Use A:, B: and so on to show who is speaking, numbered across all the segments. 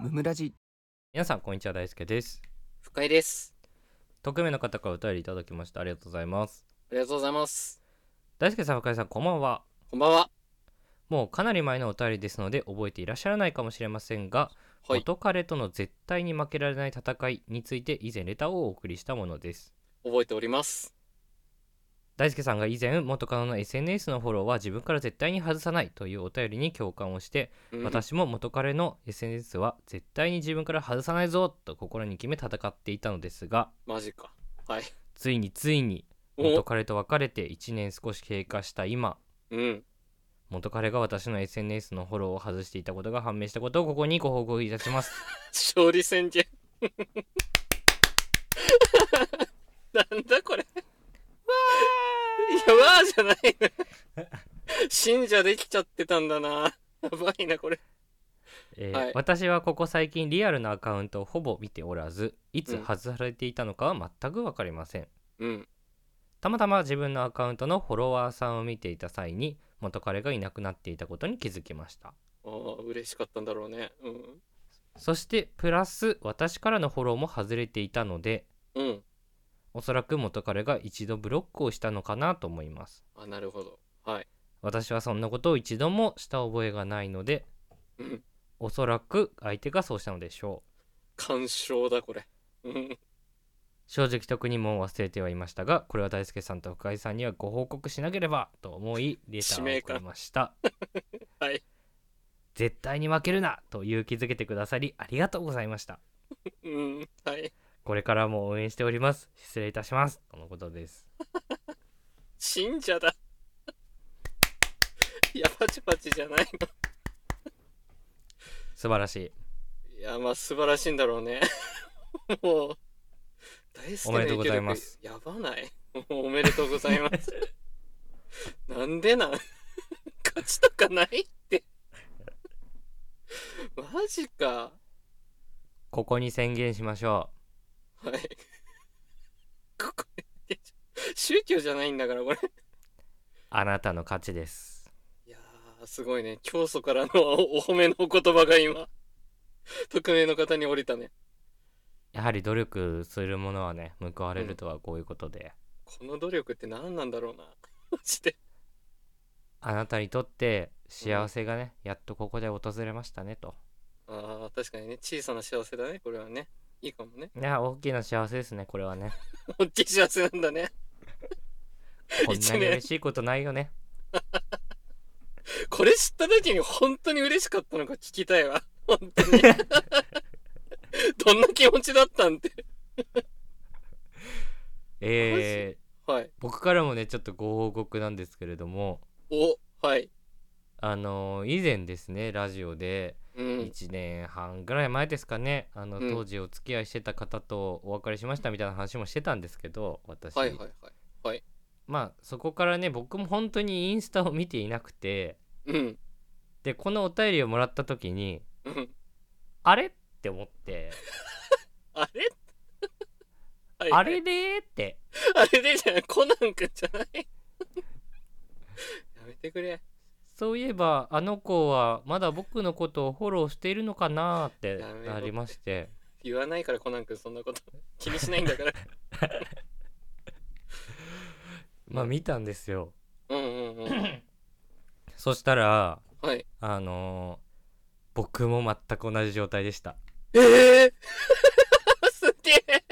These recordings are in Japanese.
A: ムムラジ
B: 皆さんこんにちは大輔です
C: 深井です。
B: 匿名の方からお便りいただきましたありがとうございます
C: ありがとうございます。
B: 大輔さん深井さんこんばんは
C: こんばんは。
B: もうかなり前のお便りですので覚えていらっしゃらないかもしれませんが、
C: はい。
B: 元彼との絶対に負けられない戦いについて以前レターをお送りしたものです
C: 覚えております。
B: 大輔さんが以前元カノの SNS のフォローは自分から絶対に外さないというお便りに共感をして、
C: うん、
B: 私も元彼の SNS は絶対に自分から外さないぞと心に決め戦っていたのですが
C: マジか。はい。
B: ついについに元
C: お
B: 彼と別れて1年少し経過した今
C: うん。
B: 元彼が私の SNS のフォローを外していたことが判明したことをここにご報告いたします
C: 勝利宣言。 なんだこれ。わー。いや、わーじゃないな。信者できちゃってたんだな。やばいな、これ。
B: えー
C: はい
B: 私はここ最近リアルなアカウントをほぼ見ておらずいつ外されていたのかは全く分かりません、
C: うん。
B: たまたま自分のアカウントのフォロワーさんを見ていた際に元彼がいなくなっていたことに気づきました
C: ああ、嬉しかったんだろうね。うん。
B: そしてプラス私からのフォローも外れていたので
C: うん。
B: おそらく元彼が一度ブロックをしたのかなと思います
C: あ、なるほど。はい。
B: 私はそんなことを一度もした覚えがないので
C: うん。
B: おそらく相手がそうしたのでしょう
C: 干渉だ、これ。うん。
B: 正直特にもう忘れてはいましたがこれは大輔さんと深井さんにはご報告しなければと思いレターを送りました
C: はい。
B: 絶対に負けるなと勇気づけてくださりありがとうございました
C: うん。はい。
B: これからも応援しております失礼いたしますとのことです
C: 信者だ。 いや、パチパチじゃないの。
B: 素晴らしい
C: いや、まあ、素晴らしいんだろうね。 もう、大好き
B: おめでとうございます。
C: やばない。おめでとうございます。 なんでなん 勝ちとかないって。 マジか。
B: ここに宣言しましょ
C: はい。 ここ宗教じゃないんだから、これ。
B: うあなたの勝ちです
C: いやー、すごいね。教祖からのおお褒めのお言葉が今、匿名の方に降りたね。
B: やはり努力するものはね報われるとはこういうことで、
C: この努力って何なんだろうな。マジで。
B: あなたにとって幸せがね、やっとここで訪れましたねと。
C: ああ、確かにね。小さな幸せだね、これはね。いいかもね。
B: いや、大きな幸せですね、これは ね。
C: 大きい幸せなんだね。
B: こんなに嬉しいことないよね。
C: これ知った時に本当に嬉しかったのか聞きたいわ。本当に。 どんな気持ちだったんって。
B: えー、
C: はい。
B: 僕からもね、ちょっとご報告なんですけれども、
C: お、はい。
B: あのー以前ですね、ラジオで、
C: うん。
B: 1年半ぐらい前ですかね、あの、
C: うん
B: 当時お付き合いしてた方とお別れしましたみたいな話もしてたんですけど、私。
C: はいはいはい。
B: まあ、そこからね、僕も本当にインスタを見ていなくて、
C: うん。
B: で、このお便りをもらった時に、
C: うん。
B: あれって思って、
C: あれ は い
B: あれれーって。
C: あれでじゃないコナンくんじゃないやめてくれ。
B: そういえばあの子はまだ僕のことをフォローしているのかなーって
C: やめろ
B: なりまして
C: 言わないからコナンくんそんなこと。気にしないんだから。
B: まあ見たんですよ
C: うんうんうん。
B: そしたら
C: はい。
B: あのー僕も全く同じ状態でした
C: ええ すげえ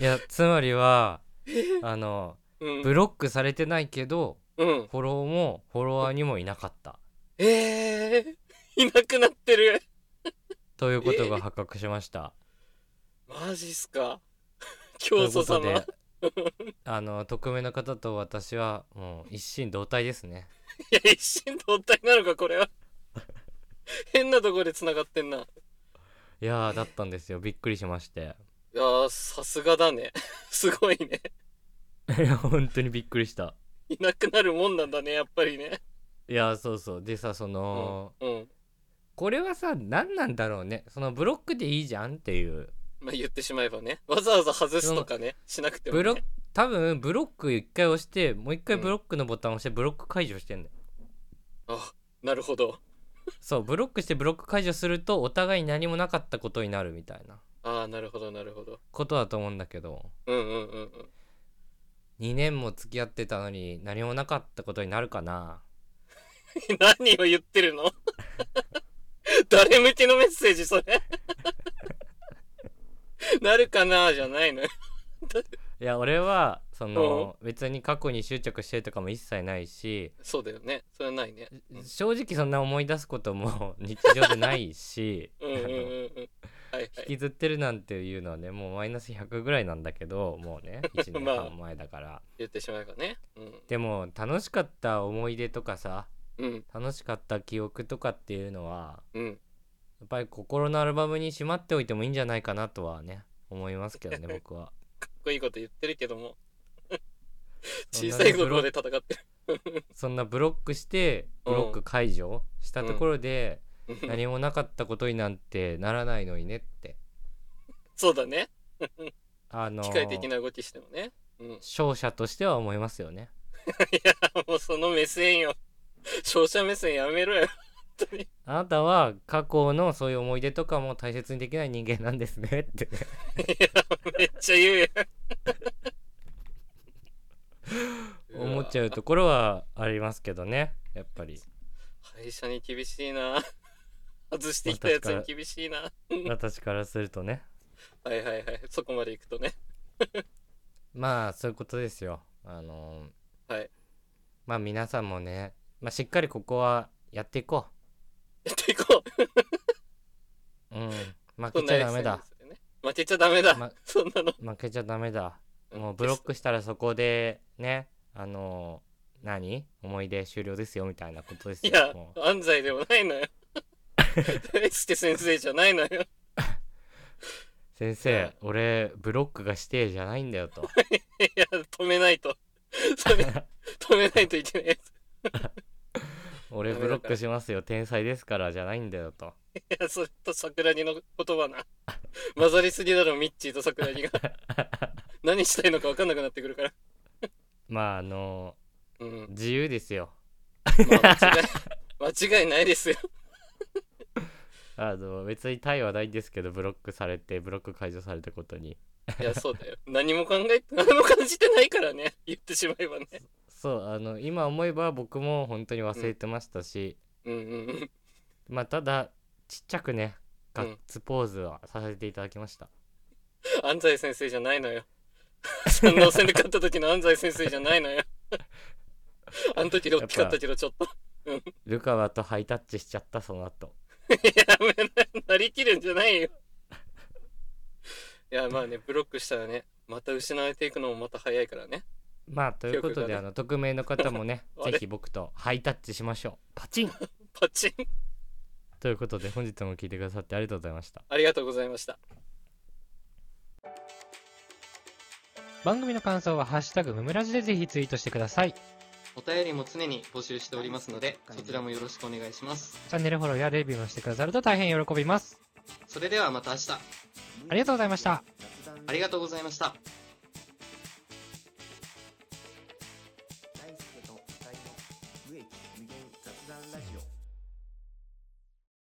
B: いやつまりは
C: え
B: あの
C: うん
B: ブロックされてないけど
C: うん。
B: フォローもフォロワーにもいなかった
C: ええいなくなってる。
B: ということが発覚しました、
C: マジっすか。
B: とい
C: 教
B: うこ
C: 祖
B: と
C: 様。
B: であの匿名の方と私はもう一心同体ですね
C: いや、一心同体なのか、これは。変なとこで繋がってんな。
B: いやーだったんですよびっくりしまして
C: いやー、さすがだね。すごいね。
B: いや本当にびっくりした
C: いなくなるもんなんだね、やっぱりね。
B: いやそうそうでさそ
C: うん
B: の、。
C: うん。
B: これはさ何なんだろうねそのブロックでいいじゃんっていう
C: まあ、言ってしまえばね。わざわざ外すとかね、しなくても、ね。
B: ブロック多分ブロック一回押してもう一回ブロックのボタンを押してブロック解除してんだよ、
C: あ、なるほど。
B: そうブロックしてブロック解除するとお互いに何もなかったことになるみたいな
C: ああなるほどなるほど
B: ことだと思うんだけど
C: うんうんうん うん
B: 2年も付き合ってたのに何もなかったことになるかな
C: 何を言ってるの 誰向けのメッセージそれ なるかなじゃないのよ
B: いや俺はその別に過去に執着してとかも一切ないし
C: そうだよねそれはないねうん
B: 正直そんな思い出すことも 日常でないしあ
C: うんうんうんうん
B: の
C: はいは
B: 引
C: い
B: きずってるなんていうのはねもうマイナス100ぐらいなんだけども うね1年
C: まあ
B: 半前だから、
C: 言ってしまえばねうん
B: でも楽しかった思い出とかさ
C: うん
B: 楽しかった記憶とかっていうのは
C: うん
B: やっぱり心のアルバムにしまっておいてもいいんじゃないかなとはね思いますけどね 僕は
C: かっこいいこと言ってるけども
B: そん
C: 小
B: な
C: さ
B: ね
C: い心で戦って
B: そんなブロックしてブ
C: うん
B: ロック解除したところで
C: る
B: 何もなかったことになんてならないのにねって
C: そうだね
B: あの
C: 機械的な動きしてもねうんい
B: 勝者としては思いますよね
C: やもうその目線よ勝者目線やめろよ本当に
B: あなたは過去のそういう思い出とかも大切にできない人間なんですね ってね
C: いやめっちゃ言うよ
B: 思っち
C: う
B: ゃ
C: わ
B: うところはありますけどねやっぱり
C: 会社に厳しいな外してきたやつに厳しいな
B: 私からするとね
C: はいはいはいそこまで行くとね
B: まあそういうことですよあの
C: はい
B: まあ皆さんもね、まあ、しっかりここはやっていこ
C: やっていこう
B: ううん負
C: そ
B: け
C: ん
B: ち
C: な
B: ゃダ
C: やつ
B: メだ
C: ですよね負けちゃダメだ、
B: ま
C: そんなの
B: 負けちゃダメだ
C: うん
B: もうブロックしたらそこでねあの何思い出終了ですよみたいなことです
C: い
B: よ
C: や
B: もう
C: 安西でもない のよ大輔先生じゃないのよ
B: 先生俺ブロックが指定じゃないんだよ と
C: いや止めないとそ れ止めないといけないやつ
B: 俺ブロックしますよ天才ですからじゃないんだよと
C: いやそれと桜木の言葉な混ざりすぎだろミッチーと桜木が何したいのか分かんなくなってくるから
B: まああの
C: うん
B: 自由ですよ
C: まあ間違い間違いないですよ
B: あの別に対はないんですけどブロックされてブロック解除されたことに
C: いやそうだよ何も考えて何も感じてないからね言ってしまえばね
B: そうあの今思えば僕も本当に忘れてましたし、
C: うんうんうん
B: まあただちっちゃくね
C: う
B: ガ
C: ん
B: ッツポーズはさせていただきました、
C: 安西先生じゃないのよ三能戦で勝った時の安西先生じゃないのよあの時で大きかったけどちょっと
B: ルカワとハイタッチしちゃったその後
C: やめななりきるんじゃないよいやまあねブロックしたらねまた失われていくのもまた早いからね
B: まあということ
C: 記憶
B: で、
C: がね
B: あの匿名の方もね
C: あ
B: ぜ
C: れ
B: ひ僕とハイタッチしましょうパチン
C: パチン
B: ということで本日も聞いてくださってありがとうございました
C: ありがとうございました
B: 番組の感想は「ハッシュタグムムラジ」でぜひツイートしてくださいチ
C: お便りも常に募集しておりますのでそちらもよろしくお願いします
B: ャンネルフォローやレビューもしてくださると大変喜びます
C: それではまた明日
B: ありがとうございました
C: ありがとうございました